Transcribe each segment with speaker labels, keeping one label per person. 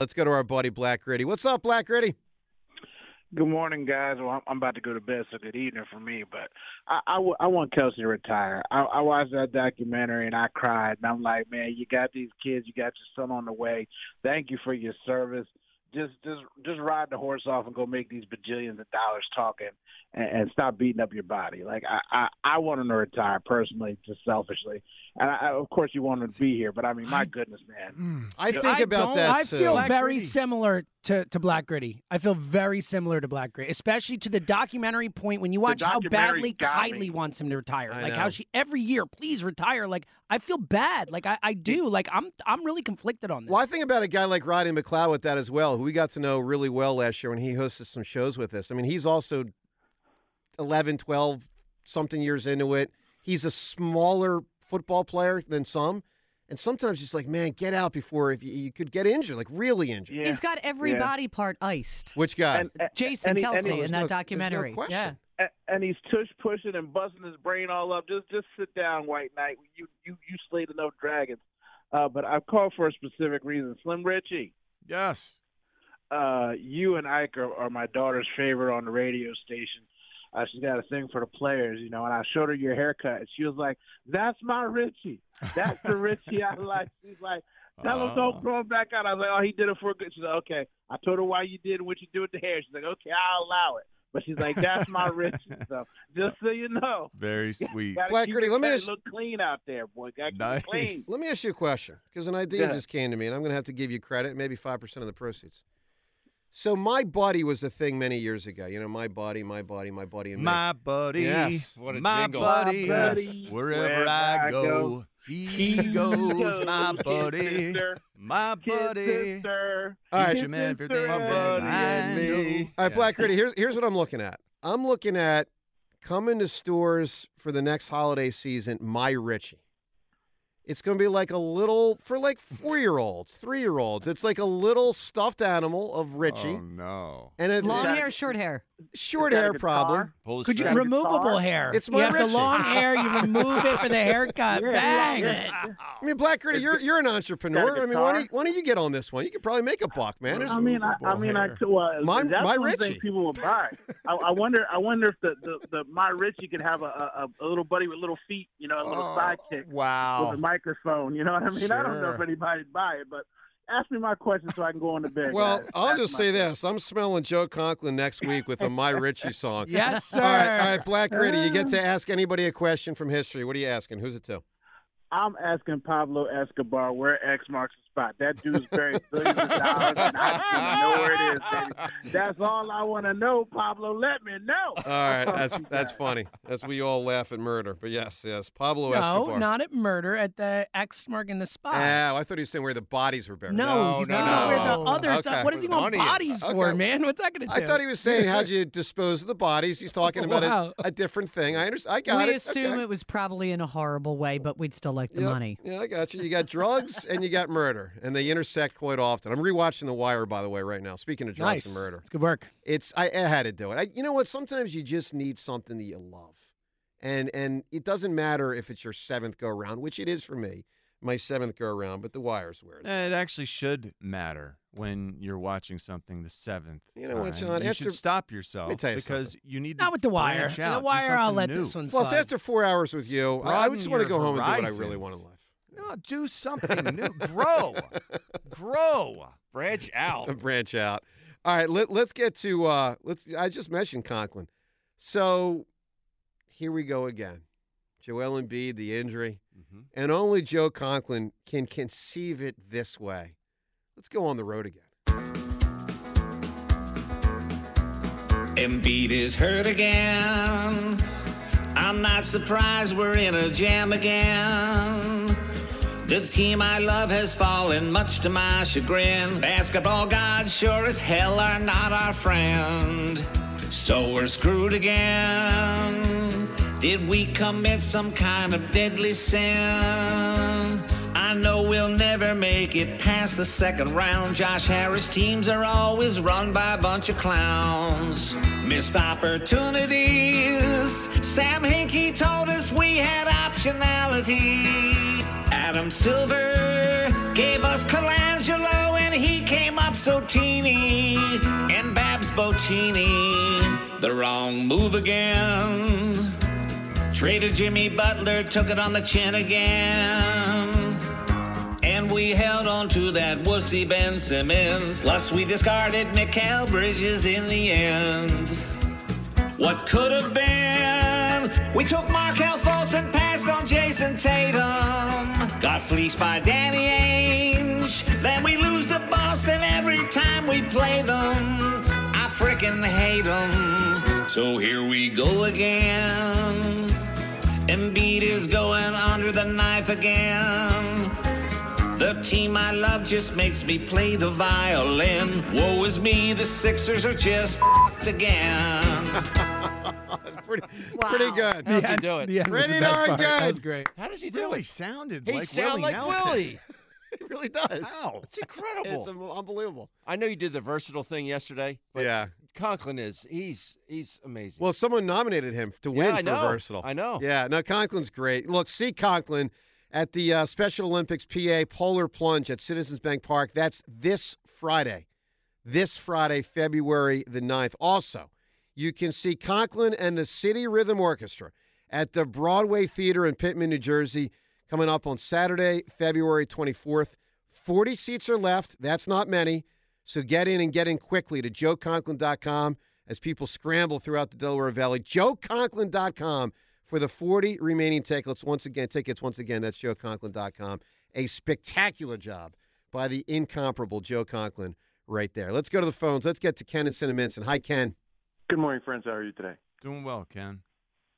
Speaker 1: Let's go to our buddy Black Gritty. What's up, Black Gritty?
Speaker 2: Good morning, guys. Well, I'm- I'm about to go to bed, so good evening for me. But I, I, w- I want Kelsey to retire. I, I watched that documentary and I cried. And I'm like, man, you got these kids, you got your son on the way. Thank you for your service. Just, just, just ride the horse off and go make these bajillions of dollars talking, and, and stop beating up your body. Like I, I, I want him to retire personally, just selfishly. And I, I, of course, you want him to be here, but I mean, my goodness, man.
Speaker 1: I think
Speaker 3: don't-
Speaker 1: about that. uh,
Speaker 3: I
Speaker 1: too.
Speaker 3: feel
Speaker 4: Black
Speaker 3: very
Speaker 4: Gritty.
Speaker 3: similar to, to Black Gritty. I feel very similar to Black Gritty, especially to the documentary point when you watch how
Speaker 2: documentary
Speaker 3: badly
Speaker 2: got me.
Speaker 3: Kylie wants him to retire.
Speaker 1: I
Speaker 3: like
Speaker 1: know.
Speaker 3: how she every year, please retire. Like I feel bad. Like I, I do. Like I'm I'm really conflicted on this.
Speaker 1: Well, I think about a guy like Roddy McLeod with that as well, who we got to know really well last year when he hosted some shows with us. I mean, he's also 11, 12, something years into it. He's a smaller football player than some. And sometimes it's like, man, get out before if you, you could get injured, like really injured.
Speaker 2: Yeah.
Speaker 4: He's got every
Speaker 2: Yeah.
Speaker 4: body part iced.
Speaker 1: Which guy?
Speaker 2: And- uh, and-
Speaker 4: Jason
Speaker 2: and he- and
Speaker 4: Kelsey
Speaker 2: he-
Speaker 4: in that
Speaker 1: no- there's no
Speaker 4: documentary.
Speaker 1: question.
Speaker 4: yeah.
Speaker 2: A- and he's tush pushing and busting his brain all up. Just just sit down, White Knight. You you you slayed enough dragons. Uh, but I've called for a specific reason. Slim Richie,
Speaker 4: Yes.
Speaker 2: uh, you and Ike are, are my daughter's favorite on the radio station. Uh, she's got a thing for the players, you know. And I showed her your haircut, and she was like, "That's my Richie. That's the Richie I like." She's like. Tell him don't grow it back out. I was like, oh, he did it for a good. She's like, okay. I told her why you did what you do with the hair. She's like, okay, I'll allow it. But she's like, that's my Richie. So just so you know,
Speaker 5: Very sweet.
Speaker 2: Gotta
Speaker 1: Black
Speaker 2: keep
Speaker 1: Gritty,
Speaker 2: it-
Speaker 1: let me
Speaker 2: gotta
Speaker 1: ask-
Speaker 2: look clean out there, boy. Gotta keep it
Speaker 5: Nice.
Speaker 2: clean.
Speaker 1: Let me ask you a question because an idea
Speaker 2: Yeah.
Speaker 1: just came to me, and I'm going to have to give you credit, maybe 5% of the proceeds. So, my body was the thing many years ago. You know, my body, my body, my body, and me.
Speaker 5: My buddy,
Speaker 1: Yes.
Speaker 4: What a
Speaker 5: my
Speaker 4: jingle.
Speaker 5: buddy,
Speaker 2: My buddy,
Speaker 5: wherever
Speaker 2: wherever
Speaker 5: I
Speaker 2: I
Speaker 5: go,
Speaker 2: go,
Speaker 5: he goes. My
Speaker 2: Kid
Speaker 5: buddy,
Speaker 2: sister,
Speaker 5: my
Speaker 2: kid
Speaker 5: buddy,
Speaker 2: sister.
Speaker 1: All right.
Speaker 5: teach him everything.
Speaker 2: My
Speaker 5: that
Speaker 2: buddy
Speaker 5: I
Speaker 2: and
Speaker 5: know.
Speaker 2: me.
Speaker 1: All right, Black Gritty, here's, here's what I'm looking at. I'm looking at coming to stores for the next holiday season, My Richie. It's going to be like a little, for like four year olds, three year olds, it's like a little stuffed animal of Richie.
Speaker 5: Oh no!
Speaker 1: and a
Speaker 4: Long
Speaker 2: Yeah.
Speaker 4: hair, short hair.
Speaker 1: short
Speaker 2: Is that a
Speaker 1: hair
Speaker 2: guitar?
Speaker 1: problem.
Speaker 5: Pull the
Speaker 3: Could you
Speaker 5: string.
Speaker 2: Travis
Speaker 3: removable
Speaker 2: Barr?
Speaker 3: hair?
Speaker 1: It's
Speaker 3: you
Speaker 1: my
Speaker 3: have
Speaker 1: Richie.
Speaker 3: the long hair. You remove it for the haircut.
Speaker 2: Yeah,
Speaker 3: Bang
Speaker 2: yeah,
Speaker 3: it.
Speaker 1: I mean, Black Gritty, you're you're an entrepreneur. I mean, why
Speaker 2: guitar?
Speaker 1: don't, you, why don't you get on this one? You could probably make a buck, man. It's-
Speaker 2: I mean, I, I
Speaker 5: Removable
Speaker 2: mean, I
Speaker 5: hair.
Speaker 2: well,
Speaker 1: My-
Speaker 2: that's
Speaker 1: my
Speaker 2: one
Speaker 1: Richie.
Speaker 2: thing people will buy. I, I wonder, I wonder if the, the, the my Richie could have a, a a little buddy with little feet, you know, a little
Speaker 5: Oh,
Speaker 2: sidekick with a
Speaker 5: Wow.
Speaker 2: microphone. You know what I mean? I don't know if
Speaker 5: Sure.
Speaker 2: anybody'd buy it, but ask me my question so I can go on to bed.
Speaker 1: well,
Speaker 2: guys.
Speaker 1: I'll
Speaker 2: That's
Speaker 1: just
Speaker 2: my
Speaker 1: say
Speaker 2: thing.
Speaker 1: this: I'm smelling Joe Conklin next week with a My Richie song.
Speaker 3: Yes, sir.
Speaker 1: All right, all right, Black Gritty, you get to ask anybody a question from history. What are you asking? Who's it to?
Speaker 2: I'm asking Pablo Escobar where X marks the spot. That dude's buried billions of dollars, and I don't know where it is. Baby. That's all I want to know, Pablo. Let me know.
Speaker 1: All right, that's that's funny. That's we all laugh at murder, but yes, yes, Pablo
Speaker 3: No,
Speaker 1: Escobar.
Speaker 3: not at murder. At the X mark in the spot.
Speaker 1: Oh, I thought he was saying where the bodies were buried.
Speaker 3: No,
Speaker 5: No,
Speaker 3: he's
Speaker 5: no,
Speaker 3: talking about where
Speaker 5: no.
Speaker 3: the other
Speaker 1: Okay.
Speaker 3: stuff. What does he
Speaker 5: Where the
Speaker 3: want
Speaker 5: money is.
Speaker 3: bodies for,
Speaker 1: Okay.
Speaker 3: man? What's that going to do?
Speaker 1: I thought he was saying how'd you dispose of the bodies. He's talking about
Speaker 3: Wow.
Speaker 1: a, a different thing. I understand. I got it.
Speaker 4: we
Speaker 1: Okay.
Speaker 4: assume it was probably in a horrible way, but we'd still like the
Speaker 1: Yeah,
Speaker 4: money.
Speaker 1: Yeah, I got you. You got drugs and you got murder, and they intersect quite often. I'm rewatching The Wire, by the way, right now. Speaking of drugs
Speaker 3: nice.
Speaker 1: and murder,
Speaker 3: It's good work.
Speaker 1: it's I, I had to do it. I, you know what? Sometimes you just need something that you love, and and it doesn't matter if it's your seventh go round, which it is for me, my seventh go round. But The Wire's where it's.
Speaker 5: Eh, It actually should matter when you're watching something the seventh.
Speaker 1: You know what,
Speaker 5: time.
Speaker 1: John,
Speaker 5: You
Speaker 1: after-
Speaker 5: should stop yourself
Speaker 1: Let me tell you
Speaker 5: because you need to
Speaker 3: Not with the wire.
Speaker 5: branch out,
Speaker 3: the
Speaker 5: do
Speaker 3: wire, I'll
Speaker 5: something
Speaker 3: let
Speaker 5: new.
Speaker 3: this one
Speaker 1: Plus,
Speaker 3: slide.
Speaker 1: after four hours with you, I, I would just
Speaker 5: Broaden
Speaker 1: want to
Speaker 5: your
Speaker 1: go home and do what I really want in
Speaker 5: horizons.
Speaker 1: life.
Speaker 5: No, do something new. Grow. Grow. Branch out.
Speaker 1: branch out. All right, let, let's get to uh let's I just mentioned Conklin. So here we go again. Joel Embiid, the injury.
Speaker 5: Mhm.
Speaker 1: And only Joe Conklin can conceive it this way. Let's go on the road again.
Speaker 6: Embiid is hurt again. I'm not surprised we're in a jam again. This team I love has fallen, much to my chagrin. Basketball gods sure as hell are not our friend. So we're screwed again. Did we commit some kind of deadly sin? I know we'll never make it past the second round. Josh Harris teams are always run by a bunch of clowns. Missed opportunities. Sam Hinkie told us we had optionality. Adam Silver gave us Colangelo and he came up so teeny. And Babs Botini, the wrong move again. Traded Jimmy Butler, took it on the chin again. And we held on to that wussy Ben Simmons. Plus, we discarded Mikael Bridges in the end. What could have been? We took Markel Fultz and passed on Jason Tatum. Got fleeced by Danny Ainge. Then we lose to Boston every time we play them. I frickin' hate them. So here we go again. Embiid is going under the knife again. The team I love just makes me play the violin. Woe is me, the Sixers are just f***ed again.
Speaker 1: Pretty, pretty good.
Speaker 7: How's he do it?
Speaker 3: Yeah, that was the
Speaker 1: Pretty
Speaker 3: best
Speaker 1: darn
Speaker 3: part. That
Speaker 1: good.
Speaker 3: was great.
Speaker 5: How does he do
Speaker 7: Really
Speaker 5: it? sounded
Speaker 7: He sound like Willie.
Speaker 1: It really does.
Speaker 7: Wow, it's
Speaker 1: It's
Speaker 7: incredible.
Speaker 1: un- unbelievable.
Speaker 7: I know you did the versatile thing yesterday, but
Speaker 1: yeah.
Speaker 7: Conklin is he's he's amazing.
Speaker 1: Well, someone nominated him to win
Speaker 7: I
Speaker 1: for
Speaker 7: know.
Speaker 1: versatile.
Speaker 7: I know.
Speaker 1: Yeah, no, Conklin's great. Look, see Conklin at the uh, Special Olympics PA Polar Plunge at Citizens Bank Park. That's this Friday. This Friday, February the 9th. Also, you can see Conklin and the City Rhythm Orchestra at the Broadway Theater in Pittman, New Jersey, coming up on Saturday, February 24th. 40 seats are left. That's not many. So get in and get in quickly to joeconklin.com as people scramble throughout the Delaware Valley. joeconklin.com for the 40 remaining tickets. Once again, tickets, once again, that's joeconklin.com. A spectacular job by the incomparable Joe Conklin right there. Let's go to the phones. Let's get to Ken and Cinnaminson. Hi, Ken.
Speaker 8: Good morning, friends. How are you today?
Speaker 5: Doing well, Ken.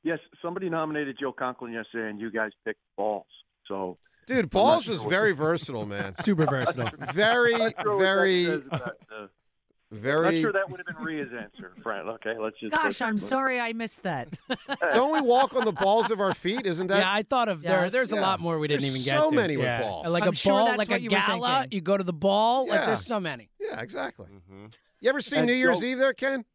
Speaker 8: Yes, somebody nominated Joe Conklin yesterday, and you guys picked balls. So
Speaker 1: Dude,
Speaker 8: not
Speaker 1: Balls
Speaker 8: sure
Speaker 1: was
Speaker 8: what-
Speaker 1: very versatile, man.
Speaker 3: Super versatile.
Speaker 1: Very,
Speaker 8: Not sure what that
Speaker 1: very,
Speaker 8: says about the- Not
Speaker 1: very.
Speaker 8: sure that would have been Rhea's answer, friend. Okay, let's just.
Speaker 4: Gosh,
Speaker 8: let's-
Speaker 4: I'm
Speaker 8: let's-
Speaker 4: sorry I missed that.
Speaker 1: Don't we walk on the balls of our feet? Isn't that
Speaker 3: yeah, I thought of there.
Speaker 4: Yes.
Speaker 3: There's a
Speaker 1: Yeah.
Speaker 3: lot more we didn't
Speaker 1: There's
Speaker 3: even get.
Speaker 1: so
Speaker 3: to.
Speaker 1: many with
Speaker 3: Yeah.
Speaker 1: balls.
Speaker 3: Like a
Speaker 4: I'm sure
Speaker 3: ball,
Speaker 4: that's
Speaker 3: like a
Speaker 4: what you were
Speaker 3: gala.
Speaker 4: thinking.
Speaker 3: You go to the ball. Like
Speaker 1: Yeah.
Speaker 3: there's so many.
Speaker 1: Yeah, exactly.
Speaker 7: Mhm.
Speaker 1: You ever seen
Speaker 8: And
Speaker 1: New Year's
Speaker 8: Joe-
Speaker 1: Eve there, Ken?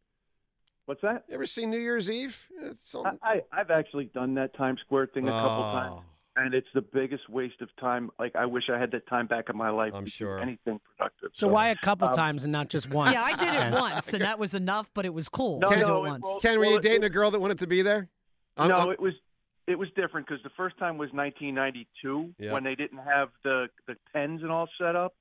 Speaker 8: What's that?
Speaker 1: You ever seen New Year's Eve? Yeah, It's
Speaker 8: I,
Speaker 1: something.
Speaker 8: I I've actually done that Times Square thing a couple
Speaker 1: Oh,
Speaker 8: times, and it's the biggest waste of time. Like I wish I had that time back in my life.
Speaker 1: I'm
Speaker 8: to do
Speaker 1: sure.
Speaker 8: anything productive.
Speaker 3: So why a couple
Speaker 8: um,
Speaker 3: times and not just once?
Speaker 4: yeah, I did
Speaker 3: Ken?
Speaker 4: it once, and that was enough, but it was cool
Speaker 8: No,
Speaker 4: to do
Speaker 8: no,
Speaker 4: it
Speaker 8: it
Speaker 4: once.
Speaker 8: won't.
Speaker 1: Ken, were
Speaker 8: Well,
Speaker 1: you
Speaker 8: it-
Speaker 1: dating a girl that wanted to be there? I'm-
Speaker 8: no,
Speaker 1: I'm-
Speaker 8: it was it was different because the first time was 1992
Speaker 1: Yeah.
Speaker 8: when they didn't have the the pens and all set up,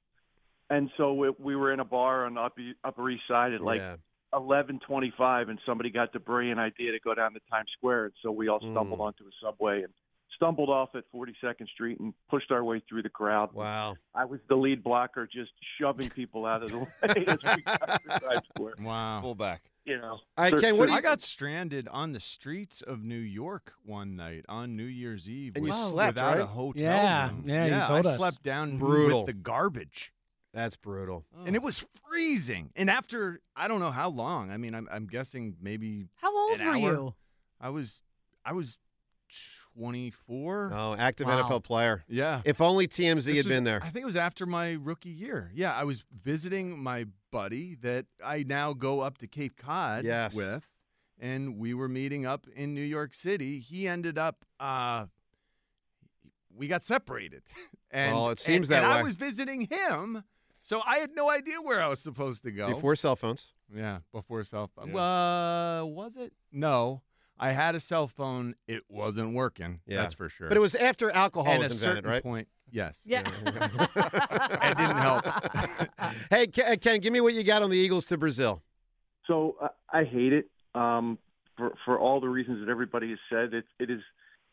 Speaker 8: and so it, we were in a bar on the upper, upper East Side at like
Speaker 1: Yeah.
Speaker 8: 11:25, and somebody got the brilliant idea to go down to Times Square, and so we all stumbled
Speaker 1: Mm.
Speaker 8: onto a subway and stumbled off at 42nd Street and pushed our way through the crowd.
Speaker 1: Wow.
Speaker 8: I was the lead blocker, just shoving people out of the way as we got to Times Square.
Speaker 5: Wow.
Speaker 7: Fullback.
Speaker 8: You know,
Speaker 1: All right,
Speaker 8: Sir-
Speaker 1: Ken, what do
Speaker 5: I
Speaker 1: you
Speaker 5: got stranded on the streets of New York one night on New Year's Eve
Speaker 1: And you
Speaker 5: with-
Speaker 1: slept,
Speaker 5: without a
Speaker 1: right?
Speaker 5: hotel
Speaker 3: Yeah,
Speaker 5: room.
Speaker 3: yeah, you told
Speaker 5: I
Speaker 3: us.
Speaker 5: slept down
Speaker 1: Brutal.
Speaker 5: with the garbage.
Speaker 1: That's brutal.
Speaker 5: And it was freezing. And after I don't know how long. I mean, I'm I'm guessing maybe
Speaker 4: How old
Speaker 5: An
Speaker 4: were
Speaker 5: hour?
Speaker 4: you?
Speaker 5: I was I was 24.
Speaker 1: Oh, active
Speaker 4: Wow.
Speaker 1: NFL player.
Speaker 5: yeah.
Speaker 1: If only TMZ
Speaker 5: This
Speaker 1: had
Speaker 5: was-
Speaker 1: been there.
Speaker 5: I think it was after my rookie year. Yeah, I was visiting my buddy that I now go up to Cape Cod
Speaker 1: Yes.
Speaker 5: with, and we were meeting up in New York City. He ended up, uh, we got separated. And,
Speaker 1: Well, it seems
Speaker 5: and-
Speaker 1: that
Speaker 5: and I
Speaker 1: way.
Speaker 5: was visiting him, so I had no idea where I was supposed to go.
Speaker 1: Before cell phones.
Speaker 5: Yeah, before cell phone. Uh, was it? No. I had a cell phone. It wasn't working.
Speaker 1: Yeah.
Speaker 5: That's for sure.
Speaker 1: But it was after alcohol
Speaker 5: and
Speaker 1: was
Speaker 5: a
Speaker 1: invented,
Speaker 5: certain
Speaker 1: right?
Speaker 5: point. Yes.
Speaker 4: Yeah.
Speaker 5: it didn't help.
Speaker 1: hey, Ken, Ken, give me what you got on the Eagles to Brazil.
Speaker 8: So uh, I hate it um, for for all the reasons that everybody has said. It it is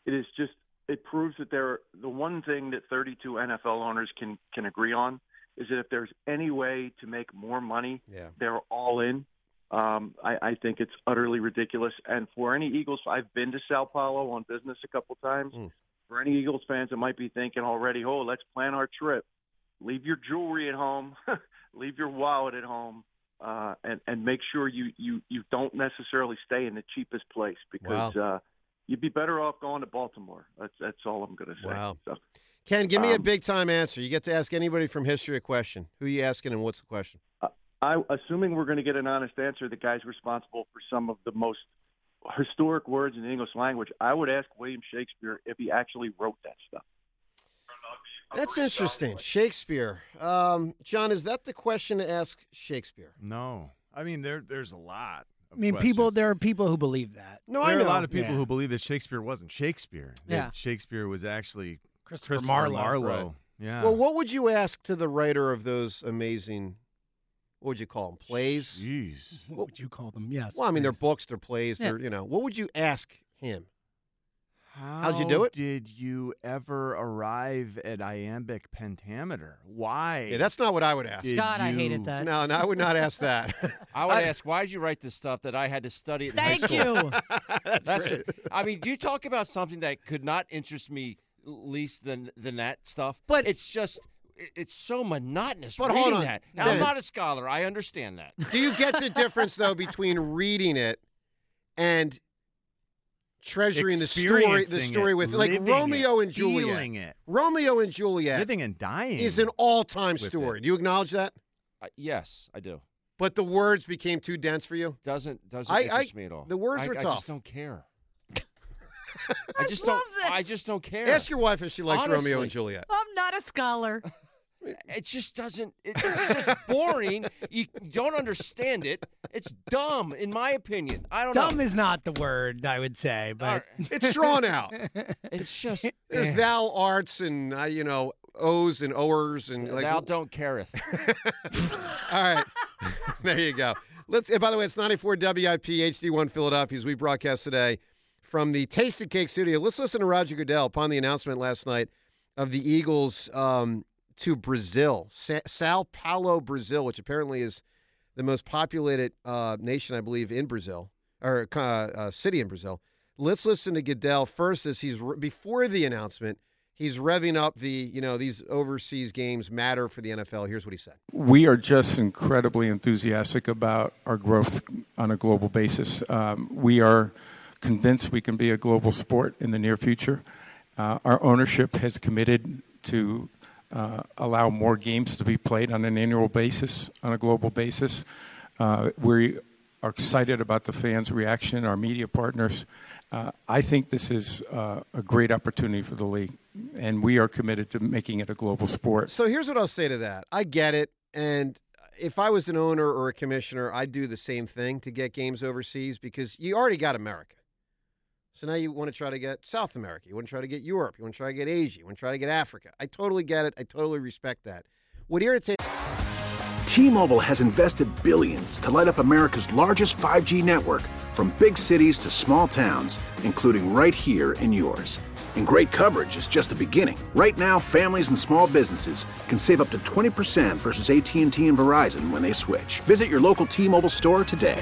Speaker 8: it is just it proves that there the one thing that 32 NFL owners can can agree on is that if there's any way to make more money,
Speaker 1: Yeah.
Speaker 8: they're all in. Um, I, I think it's utterly ridiculous. And for any Eagles, I've been to Sao Paulo on business a couple times.
Speaker 1: Hmm.
Speaker 8: For any Eagles fans that might be thinking already, oh, let's plan our trip. Leave your jewelry at home. Leave your wallet at home. Uh, and and make sure you you you don't necessarily stay in the cheapest place because uh, you'd be better off going to Baltimore. That's that's all I'm going to say.
Speaker 1: Wow.
Speaker 8: So,
Speaker 1: Ken, give me a
Speaker 8: Um,
Speaker 1: big time answer. You get to ask anybody from history a question. Who you asking and what's the question?
Speaker 8: I assuming we're going to get an honest answer. The guy's responsible for some of the most historic words in the English language. I would ask William Shakespeare if he actually wrote that stuff.
Speaker 1: That's interesting. Shakespeare. Um, John, is that the question to ask Shakespeare?
Speaker 5: No. I mean, there there's a lot.
Speaker 3: I mean, people. There are people who believe that.
Speaker 1: No,
Speaker 5: there
Speaker 1: I
Speaker 5: are a
Speaker 1: know.
Speaker 5: lot of people
Speaker 3: Yeah.
Speaker 5: who believe that Shakespeare wasn't Shakespeare. that
Speaker 3: Yeah.
Speaker 5: Shakespeare was actually
Speaker 3: Christopher
Speaker 5: Christopher,
Speaker 3: Marlowe.
Speaker 5: Marlowe.
Speaker 1: Right.
Speaker 5: Yeah.
Speaker 1: Well, what would you ask to the writer of those amazing, what would you call them, plays?
Speaker 5: Jeez.
Speaker 3: What would you call them? Yes.
Speaker 1: Well, I mean, they're books, they're plays,
Speaker 3: Yeah.
Speaker 1: they're, you know, what would you ask him?
Speaker 5: How
Speaker 1: How'd you do it?
Speaker 5: Did you ever arrive at iambic pentameter? Why?
Speaker 1: Yeah, that's not what I would ask.
Speaker 5: did
Speaker 4: God, I hated
Speaker 5: you-
Speaker 4: that.
Speaker 1: No, no, I would not ask that.
Speaker 7: I would
Speaker 1: I'd-
Speaker 7: ask, why did you write this stuff that I had to study it in high
Speaker 4: Thank
Speaker 7: school?
Speaker 4: you.
Speaker 7: That's I mean, you talk about something that could not interest me least than than that stuff. But it's just it- it's so monotonous
Speaker 1: But
Speaker 7: reading
Speaker 1: hold on.
Speaker 7: that. Now, I'm
Speaker 1: Ben.
Speaker 7: not a scholar. I understand that.
Speaker 1: Do you get the difference though between reading it and treasuring the story the
Speaker 5: Experiencing
Speaker 1: story
Speaker 5: it,
Speaker 1: with like
Speaker 5: living
Speaker 1: Romeo
Speaker 5: it,
Speaker 1: and Juliet.
Speaker 5: feeling it.
Speaker 1: Romeo and Juliet
Speaker 5: Living and dying.
Speaker 1: is an all-time
Speaker 5: with it.
Speaker 1: story. Do you acknowledge that?
Speaker 7: Uh, yes, I do.
Speaker 1: But the words became too dense for you?
Speaker 7: Doesn't doesn't
Speaker 1: I-
Speaker 7: interest
Speaker 1: I-
Speaker 7: me at all.
Speaker 1: the words
Speaker 7: I,
Speaker 1: were
Speaker 7: I
Speaker 1: tough.
Speaker 7: just don't care. I just
Speaker 4: love
Speaker 7: don't. I
Speaker 4: this.
Speaker 7: just don't care.
Speaker 1: Ask your wife if she likes Romeo
Speaker 7: Honestly.
Speaker 1: and Juliet.
Speaker 4: I'm not a scholar.
Speaker 7: It just doesn't. It, it's just boring. You don't understand it. It's dumb, in my opinion. I don't
Speaker 3: Dumb
Speaker 7: know.
Speaker 3: is not the word I would say,
Speaker 7: All
Speaker 3: but
Speaker 7: right.
Speaker 1: It's drawn out.
Speaker 7: It's just
Speaker 1: There's
Speaker 5: Eh.
Speaker 1: thou arts and uh, you know O's and O'ers and like
Speaker 7: thou don't careth.
Speaker 1: All right. there you go. Let's. and by the way, it's 94 WIP HD1 Philadelphia as we broadcast today from the Tasted Cake Studio. Let's listen to Roger Goodell upon the announcement last night of the Eagles um, to Brazil, Sa- Sao Paulo, Brazil, which apparently is the most populated uh, nation, I believe, in Brazil or uh, uh, city in Brazil. Let's listen to Goodell first as he's re- before the announcement. He's revving up the, you know, these overseas games matter for the NFL. Here's what he said.
Speaker 9: we are just incredibly enthusiastic about our growth on a global basis. Um, we are convinced we can be a global sport in the near future. Uh, our ownership has committed to uh, allow more games to be played on an annual basis, on a global basis. Uh, we are excited about the fans' reaction, our media partners. Uh, I think this is uh, a great opportunity for the league, and we are committed to making it a global sport.
Speaker 1: So here's what I'll say to that. I get it, and if I was an owner or a commissioner, I'd do the same thing to get games overseas because you already got America. So now you want to try to get South America. You want to try to get Europe. You want to try to get Asia. You want to try to get Africa. I totally get it. I totally respect that. What irritates
Speaker 10: T-Mobile has invested billions to light up America's largest 5G network from big cities to small towns, including right here in yours. And great coverage is just the beginning. Right now, families and small businesses can save up to 20% versus AT&T and Verizon when they switch. Visit your local T-Mobile store today.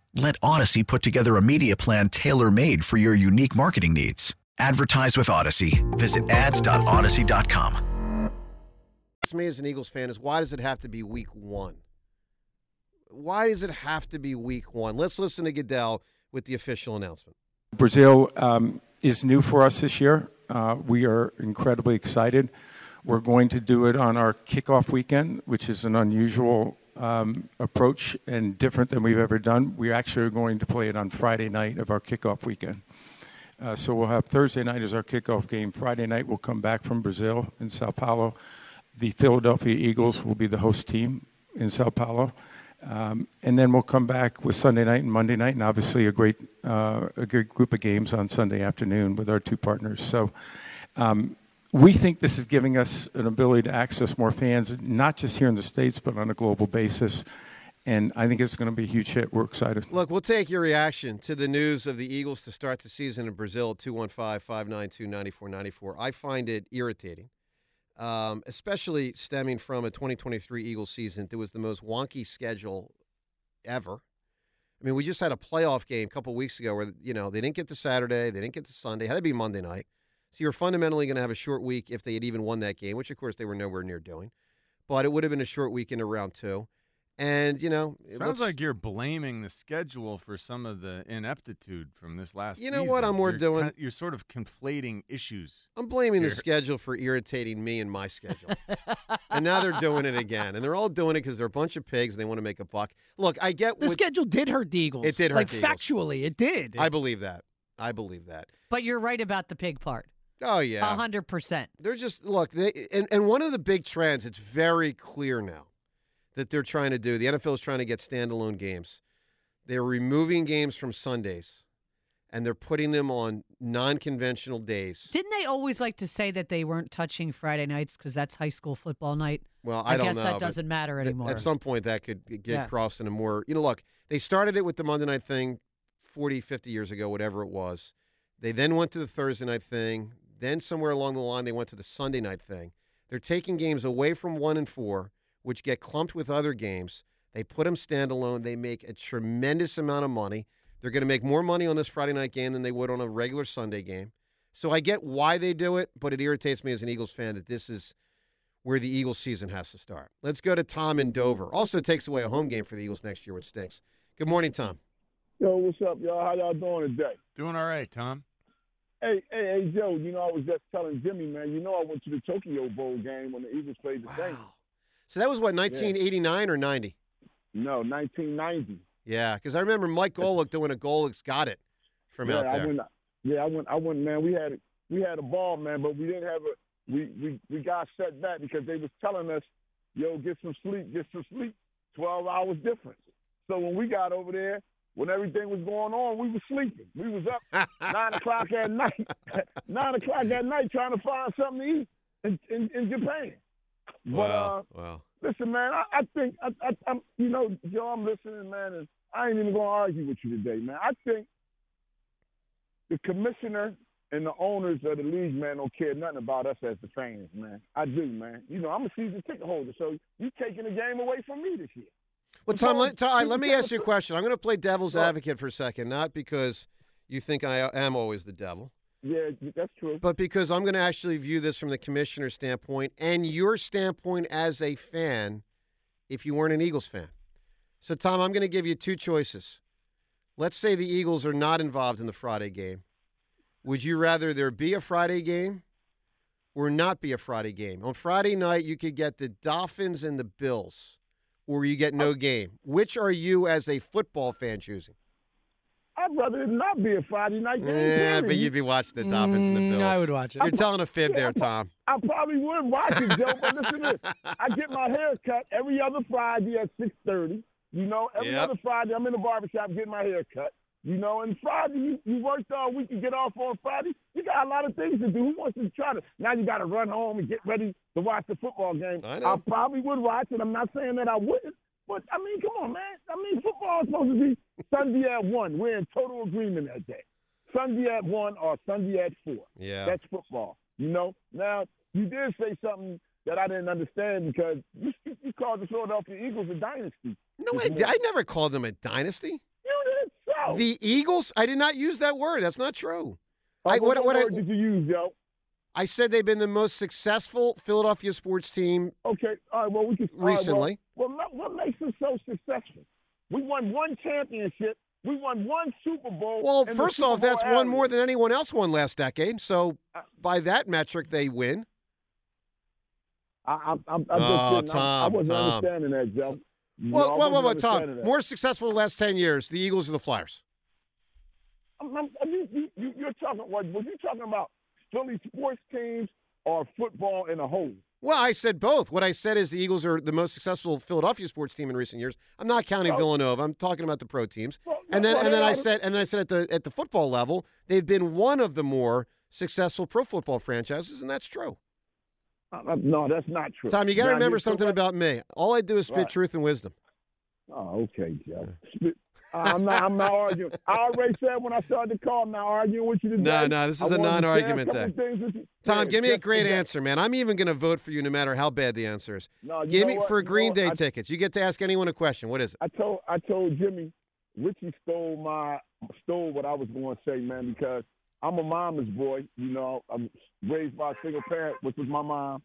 Speaker 11: Let Odyssey put together a media plan tailor made for your unique marketing needs. Advertise with Odyssey. Visit ads.odyssey.com.
Speaker 1: me as an Eagles fan is why does it have to be week one? Why does it have to be week one? Let's listen to Goodell with the official announcement.
Speaker 9: Brazil um, is new for us this year. Uh, we are incredibly excited. We're going to do it on our kickoff weekend, which is an unusual um, approach and different than we've ever done. We actually are going to play it on Friday night of our kickoff weekend. Uh, so we'll have Thursday night as our kickoff game. Friday night we'll come back from Brazil in Sao Paulo. The Philadelphia Eagles will be the host team in Sao Paulo. Um, and then we'll come back with Sunday night and Monday night, and obviously a great, uh, a good group of games on Sunday afternoon with our two partners. So um, we think this is giving us an ability to access more fans, not just here in the States, but on a global basis. And I think it's going to be a huge hit. We're excited.
Speaker 1: Look, we'll take your reaction to the news of the Eagles to start the season in Brazil at 215 592 9494. I find it irritating, um, especially stemming from a 2023 Eagles season that was the most wonky schedule ever. I mean, we just had a playoff game a couple weeks ago where, you know, they didn't get to Saturday, they didn't get to Sunday, had to be Monday night. So you're fundamentally going to have a short week if they had even won that game, which of course they were nowhere near doing. But it would have been a short week into round two. And, you know, it
Speaker 5: Sounds
Speaker 1: looks-
Speaker 5: like you're blaming the schedule for some of the ineptitude from this last.
Speaker 1: You know what
Speaker 5: season.
Speaker 1: I'm more
Speaker 5: You're
Speaker 1: doing?
Speaker 5: kin- you're sort of conflating issues.
Speaker 1: I'm blaming the
Speaker 5: here.
Speaker 1: schedule for irritating me and my schedule. and now they're doing it again. And they're all doing it because they're a bunch of pigs and they want to make a buck. Look, I get
Speaker 3: The
Speaker 1: what-
Speaker 3: schedule did hurt the Eagles.
Speaker 1: It did hurt
Speaker 3: Like
Speaker 1: the Eagles.
Speaker 3: factually, it did.
Speaker 1: I believe that. I believe that.
Speaker 4: But you're right about the pig part.
Speaker 1: Oh, yeah.
Speaker 3: Uh,
Speaker 4: A hundred percent.
Speaker 1: They're just look, they and, and one of the big trends, it's very clear now that they're trying to do. The NFL is trying to get standalone games. They're removing games from Sundays and they're putting them on non conventional days.
Speaker 4: Didn't they always like to say that they weren't touching Friday nights because that's high school football night?
Speaker 1: Well, I, don't
Speaker 4: guess
Speaker 1: know.
Speaker 4: that
Speaker 1: but
Speaker 4: doesn't matter
Speaker 1: at-
Speaker 4: anymore.
Speaker 1: At some point, that could g- get
Speaker 4: Yeah.
Speaker 1: crossed into more. You know, look, they started it with the Monday night thing 40, 50 years ago, whatever it was. They then went to the Thursday night thing. Then, somewhere along the line, they went to the Sunday night thing. They're taking games away from one and four, which get clumped with other games. They put them standalone. They make a tremendous amount of money. They're going to make more money on this Friday night game than they would on a regular Sunday game. So I get why they do it, but it irritates me as an Eagles fan that this is where the Eagles season has to start. Let's go to Tom in Dover. Also takes away a home game for the Eagles next year, which stinks. Good morning, Tom.
Speaker 12: Yo, what's up, y'all? How y'all doing today?
Speaker 5: Doing all right, Tom.
Speaker 12: Hey, hey, hey, Joe. You know, I was just telling Jimmy, man. You know, I went to the Tokyo Bowl game when the Eagles played the Saints.
Speaker 1: So that was what 1989 or 90?
Speaker 12: No, 1990.
Speaker 1: Yeah, because I remember Mike Golick doing a Golick's got it from
Speaker 12: yeah,
Speaker 1: out
Speaker 12: I
Speaker 1: there.
Speaker 12: went, yeah, I went. I went, man. We had we had a ball, man, but we didn't have a. We we we got set back because they was telling us, yo, get some sleep, get some sleep. Twelve hours difference. So when we got over there, when everything was going on, we was sleeping. We was up nine o'clock at night, nine o'clock at night, trying to find something to eat in in, in Japan. But uh,
Speaker 1: wow, wow.
Speaker 12: Listen, man, I, I think I, I, I'm, you know, Joe, I'm listening, man, and I ain't even gonna argue with you today, man. I think the commissioner and the owners of the league, man, don't care nothing about us as the fans, man. I do, man. You know, I'm a season ticket holder, so you taking the game away from me this year.
Speaker 1: Well, Tom, let, Tom, all right, let me
Speaker 12: Because-
Speaker 1: ask you a question. I'm going to play devil's advocate for a second, not because you think I am always the devil.
Speaker 12: Yeah, that's true.
Speaker 1: But because I'm going to actually view this from the commissioner's standpoint and your standpoint as a fan, if you weren't an Eagles fan. So, Tom, I'm going to give you two choices. Let's say the Eagles are not involved in the Friday game. Would you rather there be a Friday game or not be a Friday game? On Friday night, you could get the Dolphins and the Bills, or you get no game. Which are you, as a football fan, choosing?
Speaker 12: I'd rather it not be a Friday night game.
Speaker 1: Yeah,
Speaker 12: period.
Speaker 1: Eh, but you'd be watching the Dolphins and the Bills.
Speaker 12: Mm, I would watch it.
Speaker 1: You're telling a fib there, Tom.
Speaker 12: I probably would watch it, Joe. But listen, to this. I get my hair cut every other Friday at six thirty. You know, every
Speaker 1: Yep.
Speaker 12: other Friday I'm in the barbershop getting my hair cut. You know, and Friday you, you worked all week, you get off on Friday. You got a lot of things to do. Who wants to try to now? You got to run home and get ready to watch the football game.
Speaker 1: I know.
Speaker 12: probably would watch it. I'm not saying that I wouldn't, but I mean, come on, man. I mean, football is supposed to be Sunday at one. We're in total agreement at that. Sunday at one or Sunday at four.
Speaker 1: Yeah.
Speaker 12: That's football. You know. Now you did say something that I didn't understand because you, you you called the Philadelphia Eagles a dynasty. Uh,
Speaker 1: No, I, I never called them a dynasty.
Speaker 12: You did so.
Speaker 1: The Eagles? I did not use that word. That's not true.
Speaker 12: Oh, what- what word did you use, yo?
Speaker 1: I said they've been the most successful Philadelphia sports team.
Speaker 12: Okay. All right. Well, we can all right,
Speaker 1: recently.
Speaker 12: well, well, ma- what makes us so successful? We won one championship We won one Super Bowl.
Speaker 1: Well,
Speaker 12: in the
Speaker 1: first
Speaker 12: Super
Speaker 1: off,
Speaker 12: Bowl Uh,
Speaker 1: that's one
Speaker 12: alley.
Speaker 1: more than anyone else won last decade. So by that metric, they win.
Speaker 12: I, I'm, I'm, I'm just
Speaker 1: Oh,
Speaker 12: kidding.
Speaker 1: Tom,
Speaker 12: I, I wasn't
Speaker 1: Tom.
Speaker 12: understanding that, Joe. No, I
Speaker 1: Well, whoa, whoa,
Speaker 12: wasn't
Speaker 1: whoa, Tom.
Speaker 12: understanding that.
Speaker 1: More successful in the last 10 years, the Eagles or the Flyers?
Speaker 12: I'm, I'm, I mean, you, you, you're talking. What, what you talking about? Philly sports teams or football in a whole?
Speaker 1: Well, I said both. What I said is the Eagles are the most successful Philadelphia sports team in recent years. I'm not counting Villanova. I'm talking about the pro teams. and then,
Speaker 12: well,
Speaker 1: and then
Speaker 12: they
Speaker 1: I
Speaker 12: oughta-
Speaker 1: said, and then I said at the at the football level, they've been one of the more successful pro football franchises, and that's true.
Speaker 12: Uh, uh, no, that's not true.
Speaker 1: Tom, you got to
Speaker 12: Now,
Speaker 1: remember
Speaker 12: you're
Speaker 1: something
Speaker 12: correct.
Speaker 1: about me. All I do is spit
Speaker 12: Right.
Speaker 1: truth and wisdom.
Speaker 12: Oh, okay, Joe. Uh, I'm not. I'm not arguing. I already said when I started the call, I'm not arguing with you today.
Speaker 1: No, no, this
Speaker 12: I
Speaker 1: is a
Speaker 12: wanted to share
Speaker 1: non-argument
Speaker 12: couple
Speaker 1: day.
Speaker 12: things with you.
Speaker 1: Tom,
Speaker 12: Yeah,
Speaker 1: give me a
Speaker 12: just
Speaker 1: great
Speaker 12: today.
Speaker 1: answer, man. I'm even going to vote for you no matter how bad the answer is.
Speaker 12: No, you
Speaker 1: give
Speaker 12: know
Speaker 1: me
Speaker 12: what?
Speaker 1: for
Speaker 12: You know
Speaker 1: Green
Speaker 12: what?
Speaker 1: Day
Speaker 12: I-
Speaker 1: tickets. You get to ask anyone a question. What is it?
Speaker 12: I told I told Jimmy, Richie stole my stole what I was going to say, man, because I'm a mama's boy. You know, I'm raised by a single parent, which was my mom,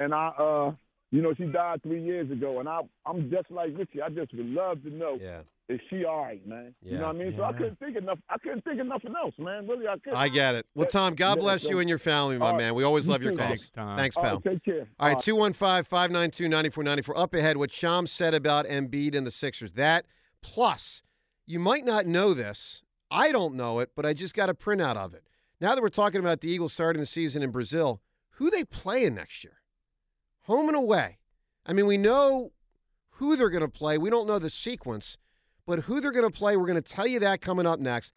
Speaker 12: and I, uh, you know, she died three years ago, and I I'm just like Richie. I just would love to know.
Speaker 1: Yeah.
Speaker 12: Is she all right, man? You know
Speaker 1: Yeah.
Speaker 12: what I mean? So I
Speaker 1: Yeah.
Speaker 12: couldn't think enough. I couldn't think of nothing else, man. Really, I couldn't.
Speaker 1: I get it. Well,
Speaker 12: But-
Speaker 1: Tom, God
Speaker 12: yeah,
Speaker 1: bless
Speaker 12: so-
Speaker 1: you and your family,
Speaker 12: All
Speaker 1: my
Speaker 12: right.
Speaker 1: man. We always
Speaker 12: You
Speaker 1: love your
Speaker 12: too.
Speaker 1: calls. Thanks,
Speaker 12: All right,
Speaker 1: pal.
Speaker 12: take care.
Speaker 1: All right,
Speaker 12: All
Speaker 1: 215 592 9494. Up ahead, what Sham said about Embiid and the Sixers. That plus, you might not know this. I don't know it, but I just got a printout of it. Now that we're talking about the Eagles starting the season in Brazil, who they playing next year? Home and away. I mean, we know who they're going to play. We don't know the sequence, but who they're going to play, we're going to tell you that coming up next.